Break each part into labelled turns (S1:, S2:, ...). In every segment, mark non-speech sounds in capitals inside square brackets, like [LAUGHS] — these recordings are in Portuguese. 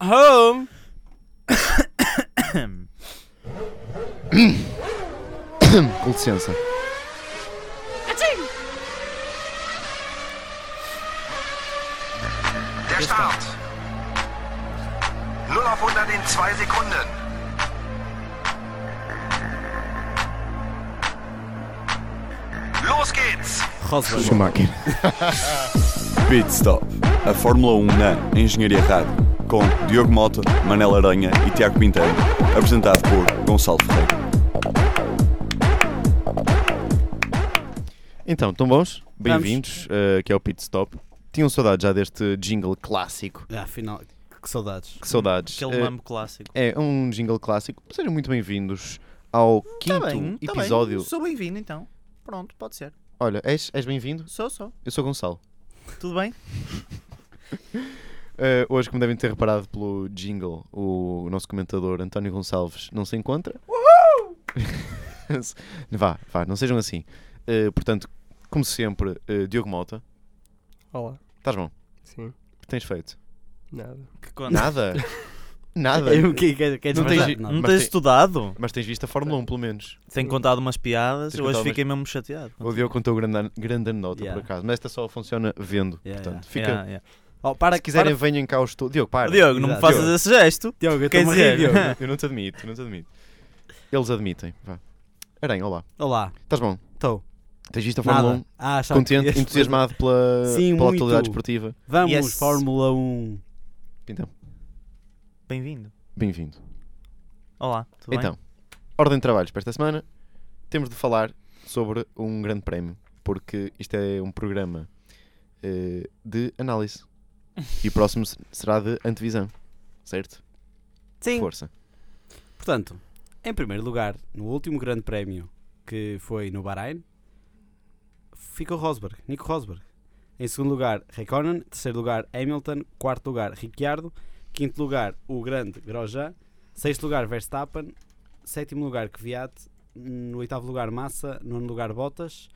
S1: Home.
S2: Com licença.
S3: Der Start. 0 auf 100 in 2 Sekunden. Los geht's.
S1: Rosberg.
S2: Schumacher.
S4: Pit Stop, a Fórmula 1 na Engenharia Rádio, com Diogo Mota, Manel Aranha e Tiago Pinteiro, apresentado por Gonçalo Ferreira.
S2: Então, estão bons? Bem-vindos, eh, que é o Pit Stop. Tinham saudades já deste jingle clássico.
S1: Ah, afinal, que saudades.
S2: Que saudades.
S5: Aquele
S2: Eh,
S5: mame clássico.
S2: é um jingle clássico. Sejam muito bem-vindos
S1: Tá
S2: ao
S5: Tá
S2: quinto episódio.
S5: Sou bem-vindo então. Pronto, pode ser.
S2: Olha, és, és bem-vindo?
S5: Sou, sou.
S2: Eu sou Gonçalo.
S5: Tudo bem?
S2: Eh, hoje, como devem ter reparado pelo jingle, o nosso comentador António Gonçalves não se encontra. [LAUGHS] vá, vá, não sejam assim. Eh, portanto, como sempre, eh, Diogo Mota,
S6: Olá.
S2: estás bom?
S6: Sim.
S2: O que tens feito?
S6: Nada.
S5: [LAUGHS] Que conta. [LAUGHS]
S2: Nada? Nada?
S1: Eu, que, que, que,
S5: Não tens,
S1: não,
S5: não
S2: mas
S5: tens
S2: tem-
S5: estudado?
S2: Mas tens visto a Fórmula 1, pelo menos.
S5: Tenho contado umas piadas.
S2: Tens
S5: Hoje
S2: contado
S5: fiquei mesmo chateado.
S2: O Diogo contou grande, an- grande anedota,
S5: Yeah.
S2: por acaso. Mas esta só funciona vendo.
S1: Yeah,
S2: portanto,
S1: yeah.
S2: fica.
S5: Yeah, yeah.
S1: Oh, para,
S2: Se quiserem, venham cá ao estúdio. Diogo, para.
S5: Diogo, não me
S1: Exato.
S5: faças esse gesto.
S1: Diogo, eu
S5: Quer
S1: estou-me a
S5: dizer-
S1: rir, Diogo.
S2: Eu não te admito, eu não te admito. Eles admitem. Vá. Aranha, olá.
S1: [LAUGHS] Olá,
S2: Estás bom?
S1: estou.
S2: Tens visto a Fórmula 1?
S1: Nada. Ah, achava que
S2: Contente,
S1: ias-
S2: entusiasmado pela,
S1: [LAUGHS] Sim,
S2: pela
S1: muito.
S2: atualidade esportiva.
S1: Vamos,
S5: Yes.
S1: Fórmula 1.
S2: Então,
S5: Bem-vindo.
S2: bem-vindo.
S5: Olá, tudo
S2: Então, ordem de trabalhos para esta semana. Temos de falar sobre um grande prémio, porque isto é um programa eh, de análise. E o próximo se- será de antevisão, certo?
S1: Sim.
S2: Força.
S1: Portanto, em primeiro lugar, no último grande prémio que foi no Bahrein, ficou Rosberg, Nico Rosberg. Em segundo lugar, Raikkonen. Terceiro lugar, Hamilton. Quarto lugar, Ricciardo. Quinto lugar, o grande Grosjean. Sexto lugar, Verstappen. Sétimo lugar, Kvyat. No oitavo lugar, Massa. Nono lugar, Bottas.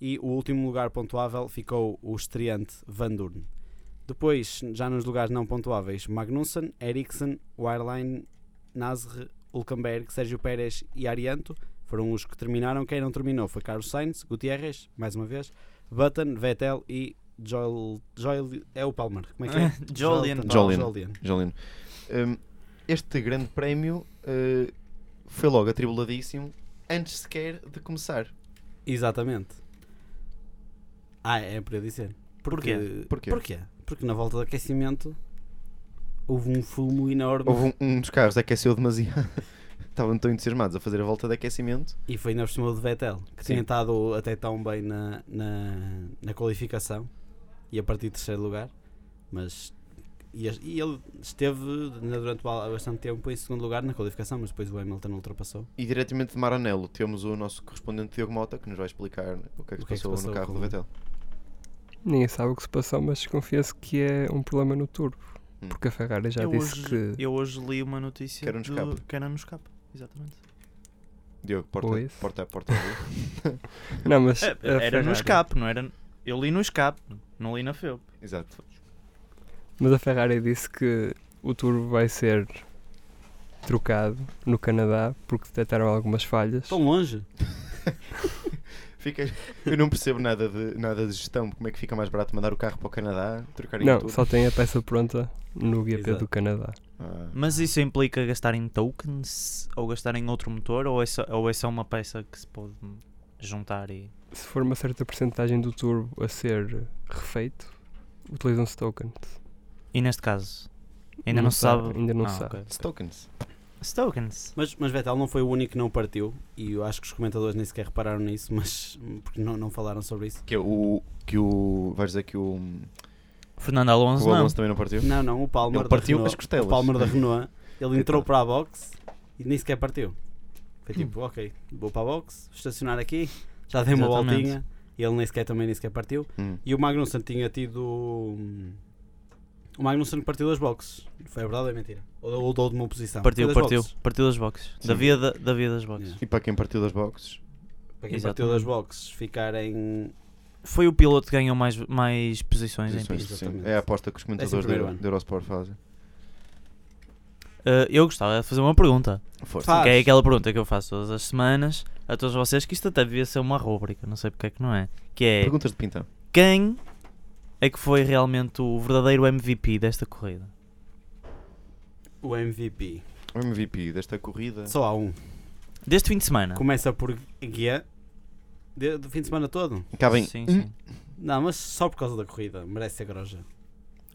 S1: E o último lugar pontuável ficou o estreante Van Durn. Depois, já nos lugares não pontuáveis, Magnussen, Eriksen, Wireline, Nasr, Hulkenberg, Sérgio Pérez e Arianto foram os que terminaram. Quem não terminou foi Carlos Sainz, Gutierrez, mais uma vez, Button, Vettel e Joel. Joel é o Palmer. Como é que é?
S5: bem? [LAUGHS] Jolien.
S1: Jolton-
S2: Jolien.
S1: Jolien.
S2: Jolino. Hum, este grande prémio eh, foi logo atribuladíssimo antes sequer de começar.
S1: Exatamente. Ah, é para eu dizer. Porque,
S2: Porquê?
S1: Porquê? Porque na volta de aquecimento houve um fumo enorme
S2: Houve um, um dos carros aqueceu demasiado. [LAUGHS] Estavam tão entusiasmados a fazer a volta de aquecimento.
S1: e foi ainda por cima do Vettel, que
S2: Sim.
S1: tinha estado até tão bem na, na, na qualificação e a partir de terceiro lugar, mas e, as- e ele esteve né, durante ba- bastante tempo em segundo lugar na qualificação, mas depois o Hamilton ultrapassou.
S2: E diretamente de Maranello temos o nosso correspondente Diogo Mota que nos vai explicar o que é que,
S1: O que é que se
S2: passou,
S1: passou
S2: no carro
S1: com
S2: do
S1: o-
S2: Vettel.
S6: Ninguém sabe o que se passou, mas confesso que é um problema no turbo.
S2: Hum.
S6: Porque a Ferrari já
S5: eu,
S6: disse
S5: É hoje,
S6: que.
S5: eu hoje li uma notícia
S2: Que era um
S5: do-
S2: escape.
S5: que era no escape. Exatamente.
S2: Diogo, porta,
S6: Pois.
S2: porta,
S1: [LAUGHS]
S2: porta. porta.
S6: Não, mas.
S5: É,
S6: a
S5: Era no
S6: Ferrari-
S5: escape, não era. Eu li no escape, não li na FEUP.
S2: Exato.
S6: Mas a Ferrari disse que o turbo vai ser trocado no Canadá porque detectaram algumas falhas.
S1: Tão longe?
S2: Fica... Eu não percebo nada de, nada de gestão. Como é que fica mais barato mandar o carro para o Canadá, trocar em
S6: Não,
S2: tudo?
S6: só tem a peça pronta no GP
S1: Exato.
S6: do Canadá.
S2: Ah,
S5: Mas isso implica gastar em tokens ou gastar em outro motor ou é só, ou é só uma peça que se pode juntar e.
S6: Se for uma certa percentagem do turbo a ser refeito, utilizam-se tokens.
S5: E neste caso? Ainda não,
S6: Não
S5: se
S6: sabe,
S5: sabe.
S6: ainda não
S5: Ah,
S6: se sabe.
S5: ok.
S2: Stokens.
S5: Os Tokens.
S1: Mas, mas Vettel não foi o único que não partiu e eu acho que os comentadores nem sequer repararam nisso, mas porque não, não falaram sobre isso.
S2: Que é o. Que o. Vais dizer que o.
S5: Fernando
S2: Que
S5: Alonso
S2: o
S5: não.
S2: Alonso também não partiu?
S1: Não, não, o Palmer
S2: Ele partiu
S1: da
S2: as
S1: Renault,
S2: costelas.
S1: o Palmer da Renault, ele entrou
S5: tá.
S1: para a box e nem sequer partiu. Foi
S5: Hum.
S1: tipo, ok, vou para a box, estacionar aqui, já dei uma
S5: Exatamente.
S1: voltinha, e ele nem sequer também nem sequer partiu.
S2: Hum.
S1: E o Magnussen tinha tido. hum, O Magnussen partiu das boxes. Foi a verdade ou é mentira? Ou, ou dou de uma posição.
S5: Partiu,
S1: Foi das
S5: partiu.
S1: boxes.
S5: Partiu das boxes.
S2: Sim.
S5: Da via, da, da via das boxes.
S1: Yeah.
S2: E para quem partiu das boxes?
S1: Para quem partiu
S5: Exatamente.
S1: das boxes ficar em.
S5: Foi o piloto que ganhou mais, mais posições, em
S2: posições,
S5: pista.
S2: sim.
S1: exatamente.
S2: É a aposta que os comentadores da
S1: primeiro ano.
S2: da Eurosport fazem.
S5: Eh, eu gostava de fazer uma pergunta.
S2: Força.
S1: Faz.
S5: Que é aquela pergunta que eu faço todas as semanas a todos vocês, que isto até devia ser uma rúbrica, não sei porque é que não é. Que é
S2: Perguntas de pintão.
S5: quem é que foi realmente o verdadeiro MVP desta corrida?
S1: O MVP.
S2: O MVP desta corrida.
S1: Só há um.
S5: Deste fim de semana.
S1: Começa por guia de- do fim de semana todo.
S2: Cabem um
S5: Sim, sim.
S1: Não, mas só por causa da corrida. Merece ser groja.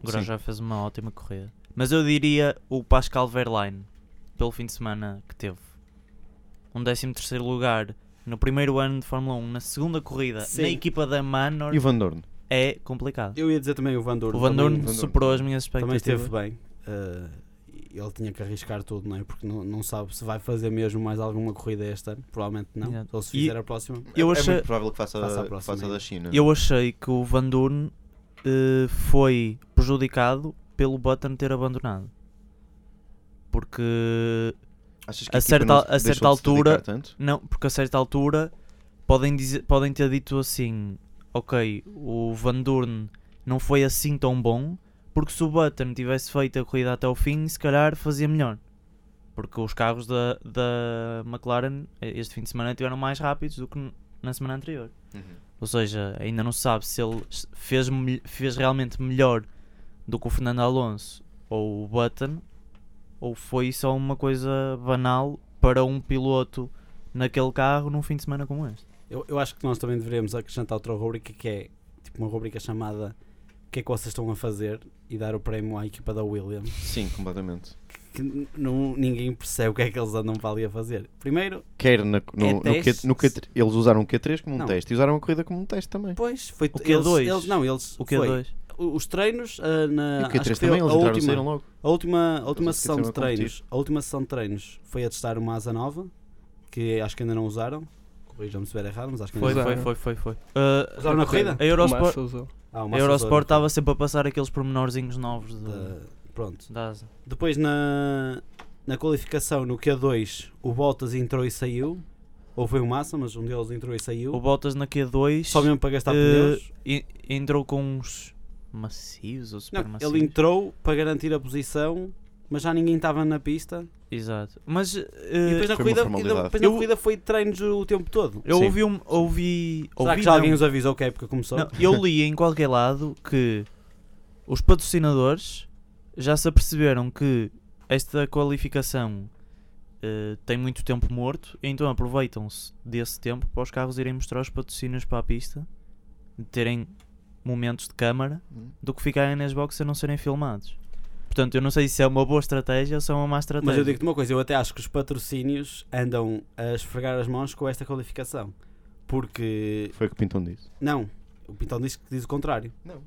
S5: O Grosjean já fez uma ótima corrida. Mas eu diria o Pascal Verlaine, pelo fim de semana que teve. Um 13 lugar no primeiro ano de Fórmula 1, na segunda corrida,
S1: Sim.
S5: na equipa da Manor,
S2: e o Van Dorn.
S5: é complicado.
S1: Eu ia dizer também o Van Dorn.
S5: O Van
S1: também-
S5: Dorn
S2: Dorn
S5: superou as minhas
S1: também esteve
S5: expectativas.
S1: bem. Uh, ele tinha que arriscar tudo, não é? Porque não, não sabe se vai fazer mesmo mais alguma corrida este ano. Provavelmente não.
S5: Exato.
S1: Ou se
S5: E-
S1: fizer a próxima.
S5: Eu
S2: É- É
S5: achei,
S2: muito provável que faça,
S1: Faça a
S2: que
S1: próxima
S2: faça
S1: ainda.
S2: da China.
S5: eu achei que o Van Dorn eh, foi prejudicado pelo Button ter abandonado. Porque
S2: Achas
S5: a
S2: equipa
S5: certa-
S2: não
S5: a
S2: deixou
S5: certa
S2: de se
S5: altura-
S2: dedicar tanto?
S5: Não, porque a certa altura podem, dizer, podem ter dito assim: Ok, o Van Dorn não foi assim tão bom, porque se o Button tivesse feito a corrida até ao fim, se calhar fazia melhor. Porque os carros da, da McLaren eh, este fim de semana estiveram mais rápidos do que n- na semana anterior.
S2: Uhum.
S5: Ou seja, ainda não se sabe se ele s- fez, mel- fez realmente melhor do que o Fernando Alonso ou o Button, ou foi só uma coisa banal para um piloto naquele carro num fim de semana como este.
S1: Eu, eu acho que nós também deveríamos acrescentar outra rubrica que é tipo uma rubrica chamada O que é que vocês estão a fazer? E dar o prémio à equipa da Williams.
S2: Sim, completamente.
S1: Que n- não, ninguém percebe o que é que eles andam para ali a fazer. Primeiro,
S2: Quer na- no,
S5: É
S2: no
S5: teste?
S2: Q, no Q3 eles usaram o Q3 como um
S1: Não.
S2: teste e usaram a corrida como um teste também.
S1: pois, foi
S5: O
S1: eles,
S5: Q2.
S1: eles- não, eles
S5: O
S1: foi.
S5: Q2.
S1: é O- os treinos ah, na
S2: e o
S1: acho
S2: Q3
S1: que foi
S2: também, eles
S1: a
S2: entraram e
S1: última,
S2: saíram logo.
S1: a última, a última
S2: eles
S1: sessão de
S2: esqueceram a competir.
S1: treinos, a última sessão de treinos foi a testar uma asa nova que acho que ainda não usaram. Corrijam-me se estiver errado, mas acho que ainda
S5: Foi,
S1: não
S5: foi,
S1: usaram.
S5: foi,
S6: Usaram.
S5: foi, foi. Uh,
S1: Usaram na corrida?
S5: a Eurosport,
S6: Massa usou.
S1: Ah, uma
S5: a Eurosport
S1: assessora
S5: estava sempre a passar aqueles pormenorzinhos novos de,
S1: da- Pronto.
S5: da asa.
S1: Depois na, na qualificação no Q2 o Bottas entrou e saiu. Ou foi o Massa, mas um deles entrou e
S5: O
S1: saiu.
S5: Bottas na Q2
S1: Só mesmo para gastar
S5: eh,
S1: pneus.
S5: en- entrou com uns macios ou
S1: Não,
S5: super macios.
S1: ele entrou para garantir a posição, mas já ninguém estava na pista.
S5: Exato. Mas eh,
S1: E depois
S2: foi
S1: na
S2: uma
S1: corrida, e
S2: formalidade.
S1: depois na
S5: Eu-
S1: corrida foi treinos o tempo todo.
S5: Eu
S2: Sim.
S5: ouvi um. Ouvi.
S1: Será
S5: ouvi
S1: que já alguém
S5: não.
S1: os avisou que a época começou?
S5: Não, eu li em qualquer lado que os patrocinadores já se aperceberam que esta qualificação eh, tem muito tempo morto, então aproveitam-se desse tempo para os carros irem mostrar os patrocínios para a pista, terem momentos de câmara,
S2: Hum.
S1: Uhum.
S5: do que ficarem nas boxes a não serem filmados. Portanto, eu não sei se é uma boa estratégia ou se é uma má estratégia.
S1: Mas eu digo-te uma coisa, eu até acho que os patrocínios andam a esfregar as mãos com esta qualificação. Porque,
S2: Foi o que o Pintão disse.
S1: não, o Pintão diz, que diz o contrário.
S2: Não.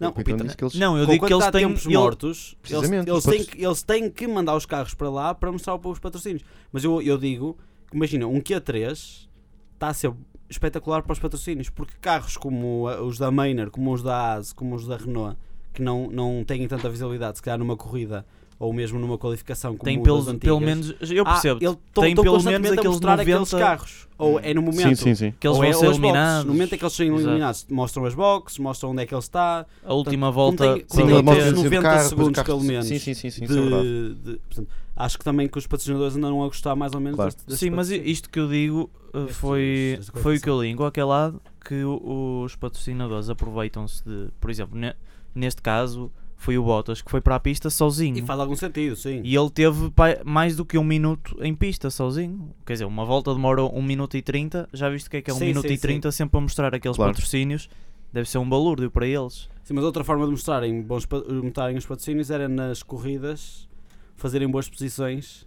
S1: Não,
S2: o Pintão disse Então que eles
S5: não, eu
S1: Com
S5: digo que
S1: quanto
S5: eles
S1: há
S5: têm
S1: tempos
S5: ele-
S1: mortos, eles,
S2: Precisamente,
S1: eles
S2: os
S1: têm
S2: patro-
S1: que, eles têm que mandar os carros para lá para mostrar para os patrocínios. Mas eu, eu digo que, imagina, um Q3 está a ser espetacular para os patrocínios, porque carros como a- os da Mainer, como os da ASE, como os da Renault, que não, não têm tanta visibilidade, se calhar numa corrida ou mesmo numa qualificação como
S5: Tem
S1: os
S5: pelos,
S1: das
S5: pelo
S1: antigas.
S5: menos. Eu
S1: Ah,
S5: percebo.
S1: ele- tão-
S5: tem
S1: tão
S5: pelo
S1: constantemente
S5: menos
S1: a
S5: aqueles
S1: mostrar aqueles
S5: 90
S1: carros. Ou é no momento.
S2: Sim, sim, sim.
S5: que eles
S1: ou
S5: vão
S1: é,
S5: ser
S1: ou as boxes.
S5: eliminados.
S1: No momento em que eles são
S5: Exato.
S1: eliminados, mostram as boxes, mostram onde é que ele está.
S5: A última
S1: Portanto,
S5: volta. é
S1: como tem- é
S5: para
S1: como tem
S5: ele ter-
S2: mostra-lhe
S1: aqueles
S2: o
S1: 90
S2: carro, depois
S1: segundos,
S2: o
S1: pelo
S2: carro-
S1: menos.
S2: Sim, sim, sim, sim,
S1: de,
S2: isso é verdade.
S1: de- portanto, acho que também que os patrocinadores andam a gostar mais ou menos
S2: Claro.
S1: deste, deste
S5: Sim, mas
S1: patrocínio.
S5: isto que eu digo uh,
S1: Estes-
S5: foi,
S1: estas
S5: foi o que eu li em qualquer lado que o- os patrocinadores aproveitam-se de, por exemplo, ne- neste caso foi o Bottas que foi para a pista sozinho.
S1: E faz um algum sentido, sim.
S5: E ele teve pa- mais do que um minuto em pista sozinho. Quer dizer, uma volta demora um minuto e 30. Já viste o que é que é um
S1: Sim,
S5: minuto
S1: sim,
S5: e 30 sempre a mostrar aqueles
S2: Claro.
S5: patrocínios? Deve ser um balúrdio para eles.
S1: Sim, mas outra forma de mostrarem, bons, pa- mostrarem os patrocínios era nas corridas fazerem boas posições.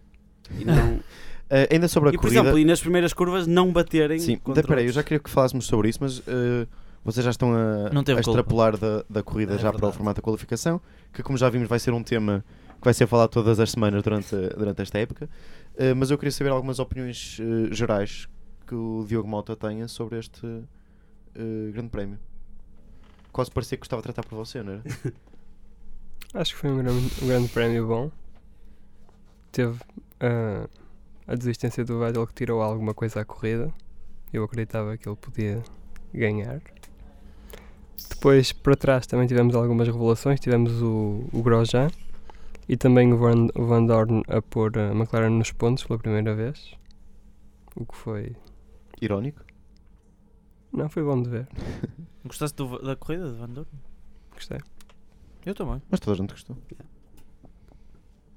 S1: E, não,
S2: [LAUGHS] Ah, ainda sobre a
S1: e por
S2: corrida.
S1: exemplo, e nas primeiras curvas não baterem.
S2: Sim,
S1: contra
S2: até peraí, eu
S1: outros.
S2: já queria que falássemos sobre isso, mas eh, vocês já estão a,
S5: Não teve
S2: a extrapolar da, da corrida
S1: É
S2: já para o
S1: verdade.
S2: formato da qualificação, que como já vimos vai ser um tema que vai ser falado todas as semanas durante, durante esta época, Eh, mas eu queria saber algumas opiniões eh, gerais que o Diogo Mota tenha sobre este eh, grande prémio. Quase parecia que gostava de tratar por você, não era?
S6: Acho que foi um grande, um grande prémio bom. Teve ah, a desistência do Vettel que tirou alguma coisa à corrida. Eu acreditava que ele podia ganhar. Depois, para trás, também tivemos algumas revelações. Tivemos o, o Grosjean E também o Van, o Van Dorn a pôr a McLaren nos pontos pela primeira vez. O que foi.
S2: [LAUGHS] Irónico.
S6: Não, foi bom de ver.
S5: Gostaste do- da corrida de Van Dorn?
S6: Gostei.
S5: Eu também.
S2: Mas toda a gente gostou.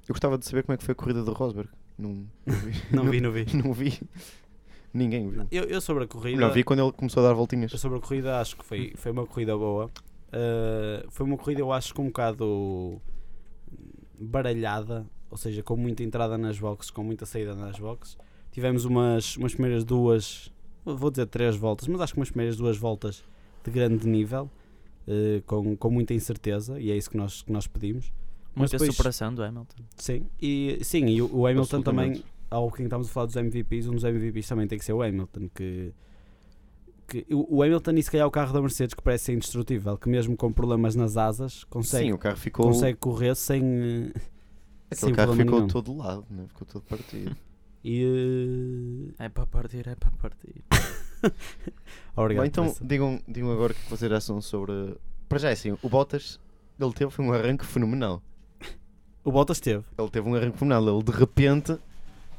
S2: Eu gostava de saber como é que foi a corrida do Rosberg. Não, não vi.
S1: [LAUGHS] Não vi, não vi.
S2: [LAUGHS] Não vi. Ninguém viu.
S1: Eu, eu sobre a corrida.
S2: Melhor, vi quando ele começou a dar voltinhas.
S1: Eu sobre a corrida acho que foi, foi uma corrida boa. Uh, foi uma corrida, eu acho que um bocado baralhada, ou seja, com muita entrada nas boxes, com muita saída nas boxes. Tivemos umas, umas primeiras duas, vou dizer três voltas, mas acho que umas primeiras duas voltas de grande nível, uh, com, com muita incerteza, e é isso que nós, que nós pedimos. Mas
S5: Muita
S1: depois-
S5: superação do Hamilton.
S1: Sim, e, sim, e o, o Hamilton também,
S2: Absolutamente.
S1: ao que estamos a falar dos MVPs, um dos MVPs também tem que ser o Hamilton, que, que o, o Hamilton e se calhar o carro da Mercedes que parece ser indestrutível, que mesmo com problemas nas asas consegue,
S2: Sim, o carro ficou.
S1: consegue correr sem, eh,
S2: Aquele
S1: sem
S2: carro
S1: problema
S2: ficou
S1: nenhum.
S2: todo lado, né? ficou todo partido.
S1: E,
S5: É para partir, é para partir.
S1: eh, obrigado.
S2: Bom, então
S1: por essa.
S2: digam, digam agora o que vocês acham sobre. Para já é assim, o Bottas ele teve um arranque fenomenal.
S1: O Bottas teve.
S2: Ele teve um arranque fenomenal. Ele de repente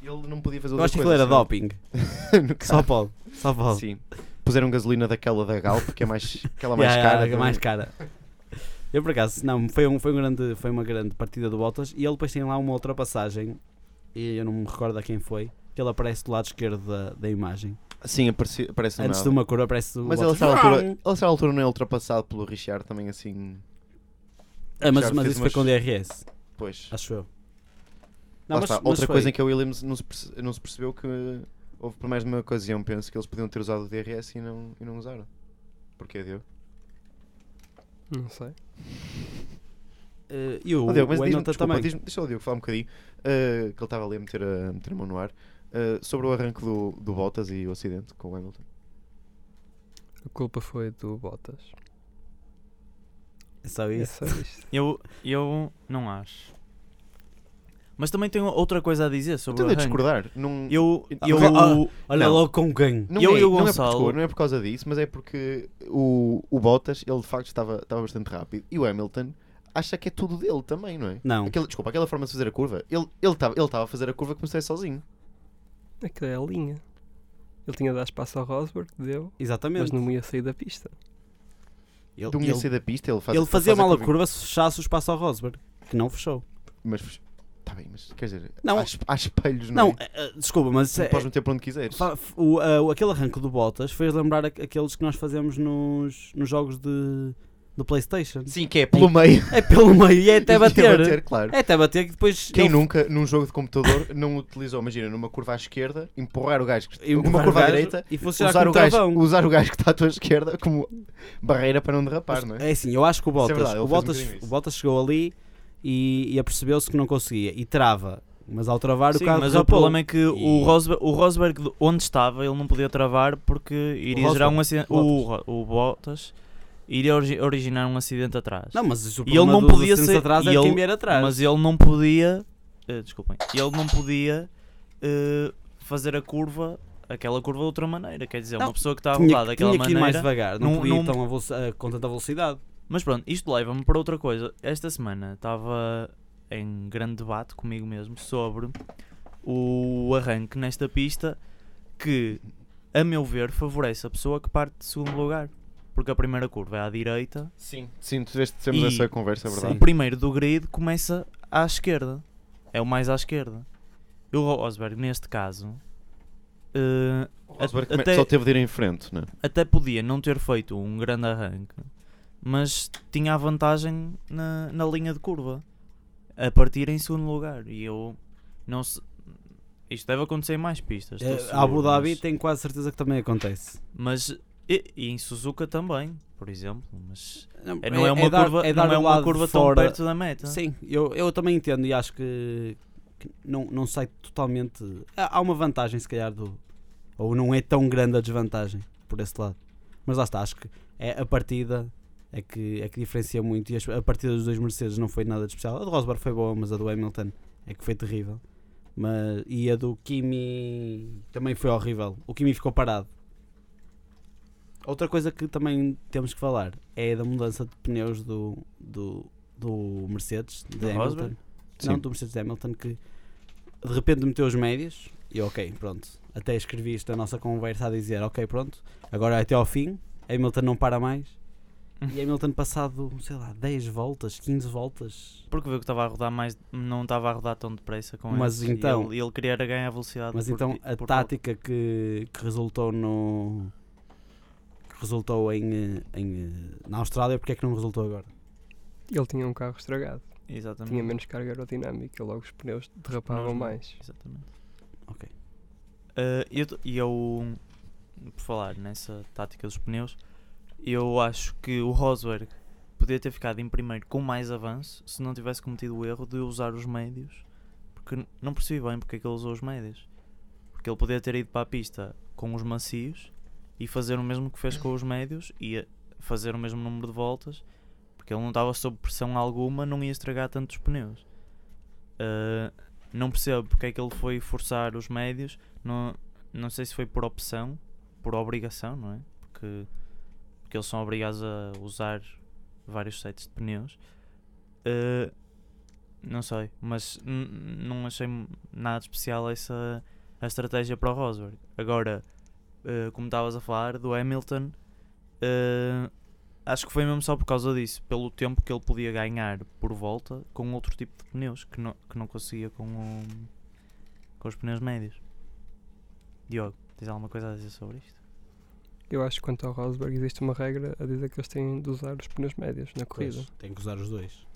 S2: ele não podia fazer
S1: Eu
S2: outra
S1: acho que ele
S2: coisa,
S1: era
S2: senão-
S1: doping.
S2: [LAUGHS]
S1: é
S2: no carro.
S1: Só pode. Só pode.
S2: Sim. Puseram gasolina daquela da Galp, que é mais, aquela mais
S1: [LAUGHS] Yeah,
S2: cara.
S1: yeah,
S2: também.
S1: é mais cara. Eu por acaso, não, foi, um, foi, um grande, foi uma grande partida do Bottas e ele depois tem lá uma ultrapassagem e eu não me recordo a quem foi, que ele aparece do lado esquerdo da, da imagem.
S2: Sim, aparece, aparece
S1: Antes de
S2: nada.
S1: uma curva aparece o
S2: Mas ele, a
S1: Bottas.
S2: certa altura, ele, a certa altura, não é ultrapassado pelo Richard também, assim.
S1: Ah, mas,
S2: já
S1: mas
S2: fez
S1: isso foi
S2: umas-
S1: com DRS,
S2: Pois.
S1: acho eu.
S2: Lá está. Outra
S1: foi.
S2: coisa em que a Williams não se, perce- não se percebeu que houve por mais de uma ocasião, penso que eles podiam ter usado o DRS e não, e não usaram. Porquê deu?
S6: Não sei.
S1: Eh, e o,
S2: Oh, Diogo, mas
S1: o
S2: diz-me,
S5: tá
S1: Hamilton
S2: desculpa,
S1: também.
S2: diz-me- deixa o Diogo falar um bocadinho, eh, que ele estava ali a meter a, meter a mão no ar, eh, sobre o arranque do, do Bottas e o acidente com o Hamilton.
S6: A culpa foi do Bottas.
S1: É só
S6: É
S1: isso.
S6: só isto.
S5: Eu, eu não acho. Mas também tenho outra coisa a dizer sobre
S2: Estou
S1: Então é
S5: o
S2: a
S5: arranque.
S2: discordar. Não,
S5: Eu, eu,
S1: Ah, Olha
S2: Não.
S1: logo com quem.
S2: não,
S5: eu
S2: é,
S5: e o
S2: não é por
S5: Gonçalo-
S2: desculpa, não é por causa disso, mas é porque o, o Bottas, ele de facto estava, estava bastante rápido, e o Hamilton acha que é tudo dele também, não é?
S1: Não.
S2: Aquela, desculpa, aquela forma de fazer a curva, ele estava ele estava- ele estava a fazer a curva como se estivesse sozinho.
S6: Aquela é a linha. Ele tinha dado espaço ao Rosberg, deu, mas
S1: Exatamente.
S6: não ia sair da pista.
S1: Ele,
S2: De um ia
S1: ele-
S2: sair da pista, ele faz
S1: ele fazia
S2: faz
S1: mal a
S2: curvinha.
S1: curva se fechasse o espaço ao Rosberg, que não fechou.
S2: Mas, tá bem, mas quer dizer,
S1: Não.
S2: há, esp- há espelhos, não,
S1: Não,
S2: é?
S1: eh, eh, desculpa, mas isso
S2: Tu
S1: é,
S2: podes meter para onde quiseres.
S1: Fa- f- O, ah, o- aquele arranque do Bottas fez lembrar aqu- aqueles que nós fazemos nos, nos jogos de, do Playstation.
S2: Sim, que é pelo meio.
S1: É pelo meio e é [LAUGHS] até
S2: [LAUGHS] E
S1: bater.
S2: claro.
S1: É até bater que depois
S2: Quem
S1: ele
S2: nunca, num jogo de computador, não utilizou, imagina, numa curva à esquerda, empurrar o gajo que
S1: empurrar
S2: numa
S1: o
S2: curva à
S1: um gajo
S2: direita,
S1: e funcionar
S2: usar
S1: como
S2: o, gajo,
S1: travão.
S2: usar o gajo que está à tua esquerda como barreira para não derrapar,
S1: Mas
S2: não é?
S1: É assim, eu acho que o
S2: Isso é
S1: Bottas,
S2: verdade, ele
S1: o,
S2: fez um
S1: Bottas
S2: bocadinho isso.
S1: o Bottas chegou ali e, e apercebeu-se que não conseguia e trava. Mas ao travar
S5: Sim,
S1: o carro
S5: mas o
S1: derrapou.
S5: problema é que
S1: E-
S5: o, Rosberg, o Rosberg de onde estava ele não podia travar porque iria
S1: Rosberg,
S5: gerar um acidente. O, Ro- o Bottas iria origi- originar um acidente atrás.
S1: Não, mas o
S5: E ele
S1: problema
S5: não
S1: dos
S5: podia
S1: acidentes
S5: ser.
S1: atrás
S5: e
S1: é
S5: ele-
S1: quem vier atrás.
S5: Mas ele não podia. eh, desculpem. Ele não podia eh, fazer a curva, aquela curva de outra maneira. Quer dizer, é
S1: Não,
S5: uma pessoa que está a
S1: tinha,
S5: rodar daquela
S1: tinha que ir mais
S5: maneira.
S1: devagar, não,
S5: não-
S1: podia ir
S5: não-
S1: tão avulsa- ah, com tanta velocidade.
S5: Mas pronto, isto leva-me para outra coisa. Esta semana estava em grande debate comigo mesmo sobre o arranque nesta pista que, a meu ver, favorece a pessoa que parte de segundo lugar. Porque a primeira curva é à direita,
S2: Sim. Sim, tu deste, temos
S5: E-
S2: essa conversa, é verdade.
S5: o primeiro do grid começa à esquerda. É o mais à esquerda. E o Rosberg, neste caso, eh,
S2: O Rosberg
S5: Até-
S2: só teve de ir em frente, não é?
S5: até podia não ter feito um grande arranque, mas tinha a vantagem na, na linha de curva, a partir em segundo lugar. E eu não se- Isto deve acontecer em mais pistas. estou
S1: Eh,
S5: seguro,
S1: Abu Dhabi
S5: mas,
S1: tem quase certeza que também acontece.
S5: mas- e, e em Suzuka também, por exemplo. Mas
S1: Não
S5: é- não é, uma
S1: dar-
S5: curva,
S1: é dar
S5: não é
S1: o
S5: uma
S1: lado
S5: curva
S1: de
S5: tão
S1: fora.
S5: perto da meta.
S1: Sim, eu, eu também entendo e acho que, que não, não sai totalmente. Há há uma vantagem, se calhar, do. Ou não é tão grande a desvantagem por esse lado. Mas lá está, acho que é a partida é que, é que diferencia muito. E as- a partida dos dois Mercedes não foi nada de especial. A do Rosberg foi boa, mas a do Hamilton é que foi terrível. Mas, e a do Kimi também foi horrível. O Kimi ficou parado. Outra coisa que também temos que falar é da mudança de pneus do, do, do Mercedes, de
S5: Do
S1: Hamilton.
S5: Rosberg?
S1: não
S2: Sim.
S1: do Mercedes Hamilton, que de repente meteu os médios e eu, ok, pronto. Até escrevi isto da nossa conversa a dizer, ok, pronto, agora é até ao fim, Hamilton não para mais.
S2: Hum.
S1: E Hamilton passado, sei lá, 10 voltas, 15 voltas,
S5: Porque viu que estava a rodar mais, não estava a rodar tão depressa com
S1: Mas
S5: ele. E
S1: então-
S5: ele, ele queria era ganhar velocidade.
S1: Mas
S5: por-
S1: então a
S5: por-
S1: tática que, que resultou no. que resultou em, eh, em, eh, na Austrália, porque é que não resultou agora?
S6: Ele tinha um carro estragado,
S5: Exatamente.
S6: tinha menos carga aerodinâmica, logo os pneus derrapavam
S5: Nós-
S6: mais.
S5: Exatamente.
S1: Ok.
S5: Ah, eu t- e eu, por falar nessa tática dos pneus, eu acho que o Rosberg podia ter ficado em primeiro com mais avanço se não tivesse cometido o erro de usar os médios, porque n- não percebi bem porque é que ele usou os médios. Porque ele podia ter ido para a pista com os macios e fazer o mesmo que fez com os médios e a- fazer o mesmo número de voltas, porque ele não estava sob pressão alguma, não ia estragar tantos pneus. Ah, não percebo porque é que ele foi forçar os médios. Não, não sei se foi por opção, por obrigação, não é? Porque, porque eles são obrigados a usar vários sets de pneus. Eh, não sei, mas n- não achei m- nada de especial essa a estratégia para o Rosberg. Agora, eh, como estavas a falar do Hamilton, eh, acho que foi mesmo só por causa disso, pelo tempo que ele podia ganhar por volta com outro tipo de pneus que não, que não conseguia com, o- com os pneus médios. Diogo, tens alguma coisa a dizer sobre isto?
S6: Eu acho que quanto ao Rosberg existe uma regra a dizer que eles têm de usar os pneus médios na corrida.
S1: Pois, Tem que usar os dois.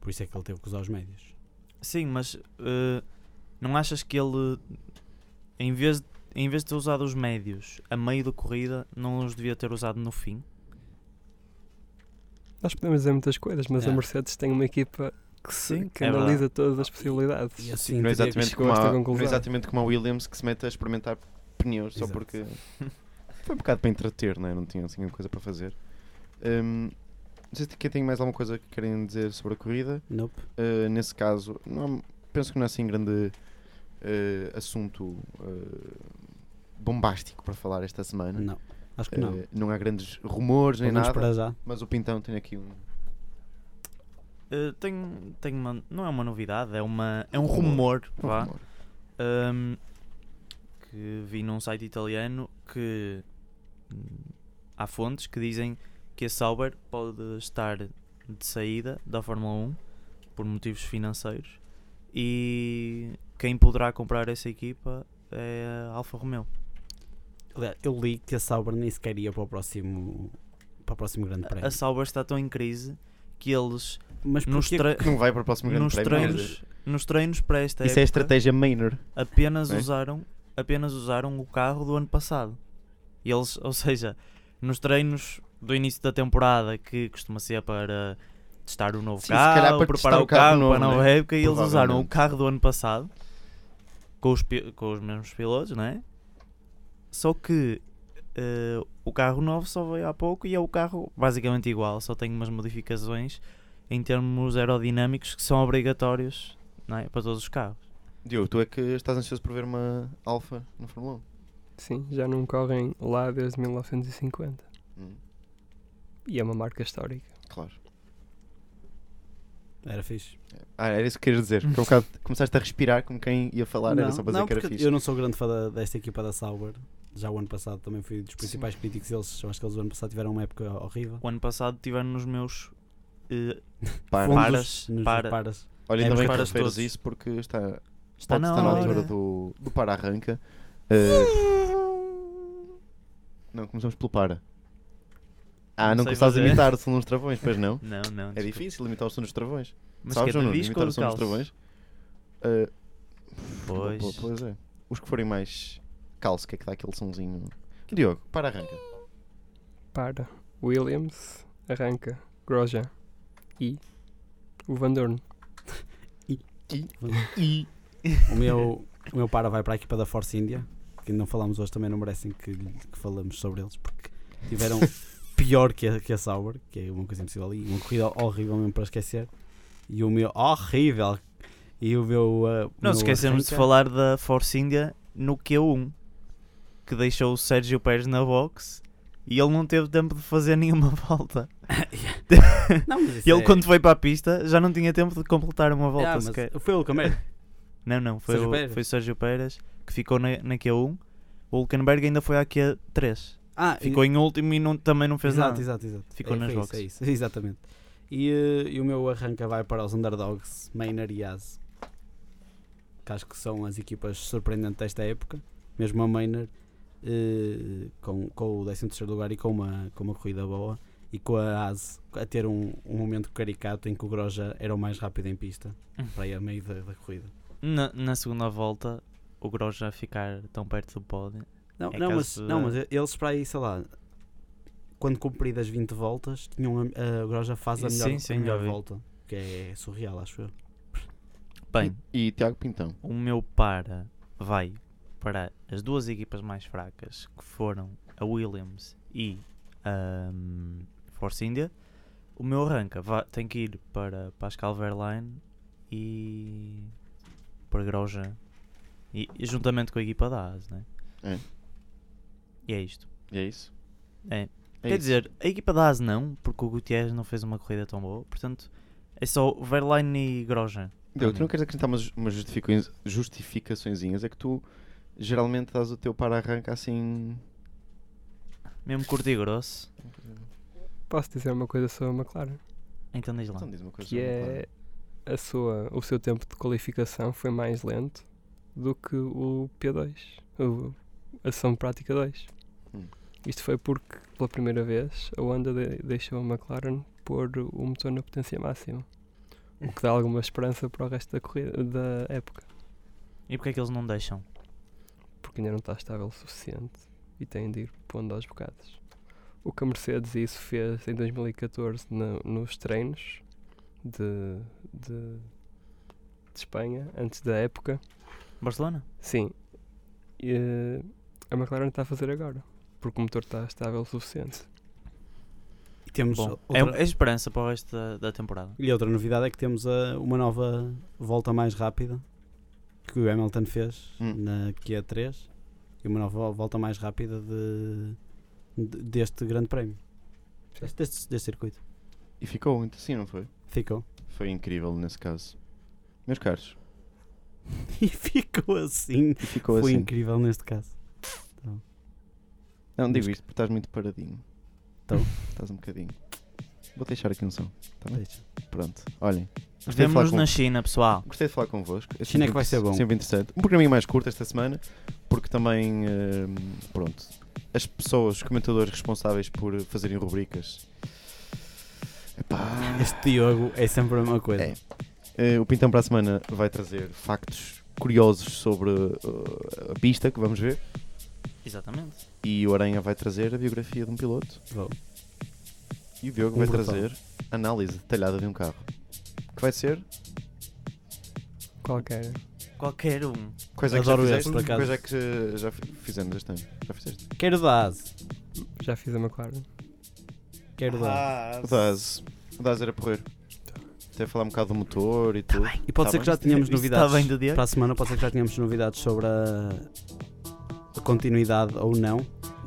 S1: Por isso é que ele teve que usar os médios.
S5: Sim, mas eh, não achas que ele, em vez, em vez de ter usado os médios a meio da corrida, não os devia ter usado no fim?
S6: Nós podemos dizer muitas coisas, mas
S1: É.
S6: a Mercedes tem uma equipa que, se-
S5: Sim,
S6: que
S5: é verdade.
S6: analisa todas as possibilidades.
S1: E assim
S2: não é
S1: teria que-
S2: exatamente,
S6: chegou
S2: como
S6: a esta
S2: a, não é
S6: conclusão.
S2: exatamente como a Williams que se mete a experimentar pneus só
S1: Exato.
S2: porque [LAUGHS] foi um bocado para entreter, não é? Não tinha assim coisa para fazer. Hum, não sei se quem tem mais alguma coisa que querem dizer sobre a corrida.
S1: Nope.
S2: Uh, nesse caso, não há- penso que não é assim grande uh, assunto uh, bombástico para falar esta semana.
S1: Não. Acho Hum, que não.
S2: Uh, não há grandes rumores nem
S1: Pelo menos
S2: nada,
S1: para já.
S2: mas o Pintão tem aqui um.
S5: Eh, tenho, tenho uma, não é uma novidade, é, uma, é um rumor,
S2: um
S5: vá.
S2: rumor.
S5: Ahm, que vi num site italiano que hum, há fontes que dizem que a Sauber pode estar de saída da Fórmula 1 por motivos financeiros e quem poderá comprar essa equipa é a Alfa Romeo.
S1: Aliás, Eu li que a Sauber nem sequer ia para o próximo. Para o próximo grande prémio.
S5: A Sauber está tão em crise que eles
S1: Mas
S5: nos,
S1: porquê
S5: tre-
S2: Que não vai para o próximo grande
S5: nos
S2: prémio. quer dizer,
S5: treinos nos treinos para esta
S2: Isso é a
S5: época,
S2: estratégia Maynard.
S5: apenas
S2: Não é?
S5: usaram apenas usaram o carro do ano passado e eles ou seja nos treinos do início da temporada que costuma ser para testar o novo
S2: Sim, se calhar
S5: carro
S2: para
S5: preparar
S2: testar
S5: o
S2: o carro
S5: carro
S2: novo,
S5: para a nova
S2: né?
S5: época e eles usaram o
S2: Provavelmente.
S5: carro do ano passado com os, pi- com os mesmos pilotos não é só que eh, o carro novo só veio há pouco e é o carro basicamente igual só tem umas modificações em termos aerodinâmicos que são obrigatórios não é? para todos os carros
S2: Diogo, tu é que estás ansioso por ver uma Alfa na Fórmula um?
S6: Sim, já não correm lá desde 1950.
S2: 1? Hum,
S6: E é uma marca histórica.
S2: claro.
S1: Era fixe.
S2: Ah, era isso que querias dizer. Por um bocado começaste a respirar como quem ia falar,
S1: Não,
S2: era só para dizer
S1: não,
S2: que era
S1: porque
S2: fixe.
S1: Eu não sou grande fã da- desta equipa da Sauber. Já o ano passado também fui dos principais críticos deles. Eu acho que eles o ano passado tiveram uma época horrível.
S5: O ano passado tiveram nos meus
S2: [LAUGHS]
S5: eh,
S2: Pá,
S5: Fundos.
S2: não.
S5: Paras,
S1: nos
S5: para.
S1: paras.
S2: Olha, ainda
S5: É,
S2: bem que
S5: paras
S2: referes
S5: todos.
S2: isso porque
S1: Ah,
S2: está,
S5: está
S2: pode
S5: na
S2: estar na
S5: hora.
S2: altura do, do para-arranca.
S1: [LAUGHS]
S2: Uh, Não, começamos pelo para. Ah, não
S5: Sei
S2: começaste a
S5: fazer.
S2: imitar o som dos travões, pois
S5: [LAUGHS]
S2: não?
S5: Não, não.
S2: É
S5: desculpa.
S2: difícil imitar o som dos travões.
S5: Mas
S2: Sabes,
S5: que é
S2: João
S5: do
S2: Nuno,
S5: disco ou
S2: imitar o
S5: do
S2: som dos
S5: calço?
S2: travões? Uh,
S5: Pois.
S2: po- Pois é. Os que forem mais calço, que é que dá aquele sonzinho? Diogo, para-arranca.
S6: Para. Williams arranca. Grosjean. E. O Van Dorn.
S2: E...
S1: O meu, o meu para vai para a equipa da Force India, que ainda não falámos hoje, também não merecem que, que falamos sobre eles, porque tiveram
S5: [LAUGHS]
S1: pior que a, que a Sauber, que é uma coisa impossível ali, uma corrida horrível mesmo para esquecer. E o meu horrível. E o meu. uh,
S5: Não
S1: meu
S5: esquecemos de
S1: arranca-
S5: falar da um, Force India no Q1, que deixou o Sérgio Pérez na box E ele não teve tempo de fazer [LAUGHS] nenhuma volta.
S1: [LAUGHS] Não, mas isso
S5: Ele,
S1: é-
S5: quando foi para a pista, já não tinha tempo de completar uma volta
S1: Ah, mas
S5: sequer.
S1: Foi o Camero.
S5: Não, não, foi,
S1: Sérgio
S5: o,
S1: Pérez.
S5: foi o Sérgio Pérez que ficou na, na Q1. O Hülkenberg ainda foi à Q3.
S1: Ah, e-
S5: Ficou em último e não, também não fez
S1: exato,
S5: nada.
S1: Exato, exato.
S5: Ficou
S1: é,
S5: nas
S1: foi isso,
S5: boxes.
S1: é isso, [LAUGHS] exatamente. E, eh, e o meu arranca vai para os underdogs, Maynard e Haas, que acho que são as equipas surpreendentes desta época. Mesmo a Maynard, eh, com, com o 13 lugar e com uma, com uma corrida boa, e com a Haas a ter um, um momento caricato em que o Groja era o mais rápido em pista,
S5: Hum.
S1: para aí a meio da, da corrida.
S5: Na, na segunda volta, o Grosjean a ficar tão perto do pódio.
S1: Não,
S5: É
S1: não, mas,
S5: caso-
S1: não, mas e- eles para aí, sei lá, quando cumpridas 20 voltas, tinham a, a Groja faz a
S5: Sim,
S1: melhor, a
S5: sim,
S1: melhor
S5: eu vi.
S1: volta. Que é surreal, acho eu.
S5: Bem,
S2: E, e Tiago Pintão.
S5: o meu para vai para as duas equipas mais fracas que foram a Williams e a hum, Force India. O meu arranca va- tem que ir para Pascal Verlaine e para Grosjean e, e juntamente com a equipa da AS, né?
S2: É.
S5: E é isto.
S2: E é isso?
S5: É. Quer
S2: É isso.
S5: dizer, a equipa da AS não, porque o Gutierrez não fez uma corrida tão boa, portanto é só Verlaine e Grosjean.
S2: Deu, tu não queres acrescentar umas, umas justificações, justificaçõezinhas? É que tu geralmente dás o teu para-arranca assim.
S5: Mesmo curto e grosso.
S6: Posso dizer uma coisa sobre a McLaren?
S5: Então diz lá.
S2: Então diz uma coisa.
S6: que é a sua, o seu tempo de qualificação foi mais lento do que o P2, o Ação Prática 2.
S2: Hum.
S6: Isto foi porque, pela primeira vez, a Honda de- deixou a McLaren pôr o motor na potência máxima, o que dá alguma esperança para o resto da, corrida, da época,
S5: E porque é que eles não deixam?
S6: porque ainda não está estável o suficiente e tem de ir pondo aos bocados. O que a Mercedes isso fez em 2014 na- nos treinos de- de de Espanha, antes da época.
S5: Barcelona?
S6: Sim. E, eh, a McLaren está a fazer agora. Porque o motor está estável o suficiente.
S1: E temos
S5: Bom, é,
S1: outra,
S5: é esperança para o resto da, da temporada.
S1: um, e outra novidade é que temos ah, uma nova volta mais rápida que o Hamilton fez
S2: Hum.
S1: na Q3 e uma nova volta mais rápida de, de- deste grande prémio. Deste, deste- deste circuito.
S2: E ficou muito assim, não foi?
S1: Ficou. [LAUGHS]
S2: Foi incrível nesse caso. Meus caros,
S1: E ficou assim.
S2: e ficou
S1: Foi
S2: assim.
S1: incrível neste caso.
S2: Não digo isto porque estás muito paradinho.
S1: Então.
S2: Estás um bocadinho. Vou deixar aqui um som. Tá bem?
S1: Deixa.
S2: Pronto. Olhem. Gostei de, falar
S5: Vemos-nos
S2: com...
S5: na China, pessoal.
S2: Gostei de falar convosco. É
S1: China é que vai
S2: sempre-
S1: ser bom.
S2: Sempre interessante. Um programinho mais curto esta semana, porque também, eh, pronto, as pessoas, os comentadores responsáveis por fazerem rubricas. Epá,
S1: Este Diogo é sempre a mesma coisa.
S2: É. Eh, o Pintão para a semana vai trazer factos curiosos sobre eh, a pista que vamos ver
S5: Exatamente.
S2: e o Aranha vai trazer a biografia de um piloto
S1: Bom.
S2: e o Diogo
S1: Um
S2: vai
S1: brutal.
S2: trazer análise detalhada de um carro que vai ser
S6: Qualquer.
S5: Qualquer um.
S2: coisa é que
S1: Adoro
S2: já
S1: esse,
S2: fizeste,
S1: por acaso.
S2: coisa que já fi- fizemos este ano já fizeste
S1: Quero da ASE.
S6: Já fiz a McLaren.
S1: Quero da ASE.
S2: o Daz o Daz era porreiro até falar um bocado do motor e tudo
S1: E pode
S2: Tá
S1: ser que
S2: bem.
S1: já tenhamos
S5: Isso
S1: novidades.
S5: Está bem do dia?
S1: Para a semana pode ser que já tenhamos novidades sobre a, a continuidade ou não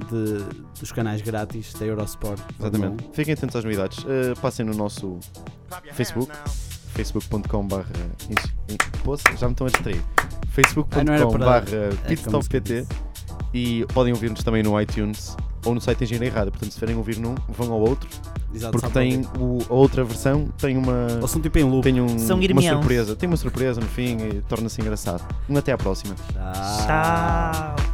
S1: de- dos canais grátis da Eurosport.
S2: exatamente
S1: Uhum.
S2: fiquem atentos às novidades Eh, passem no nosso Facebook facebook.com barra já me estão a distrair
S1: Ah, não era
S2: facebook.com
S1: para-
S2: barra
S1: É, como se
S2: pitstop.pt e podem ouvir-nos também no iTunes ou no site da Engenharia Errada, portanto se forem ouvir num vão ao outro,
S1: Exato,
S2: porque
S1: sabe
S2: tem
S1: porquê?
S2: o, a outra versão tem uma
S1: Ou são tipo em loop.
S2: tem um,
S5: São
S2: uma
S5: irmãos.
S1: Ah.
S5: Tá.
S2: surpresa tem uma surpresa no fim e torna-se engraçado um até à próxima
S1: Tchau.
S5: Tchau.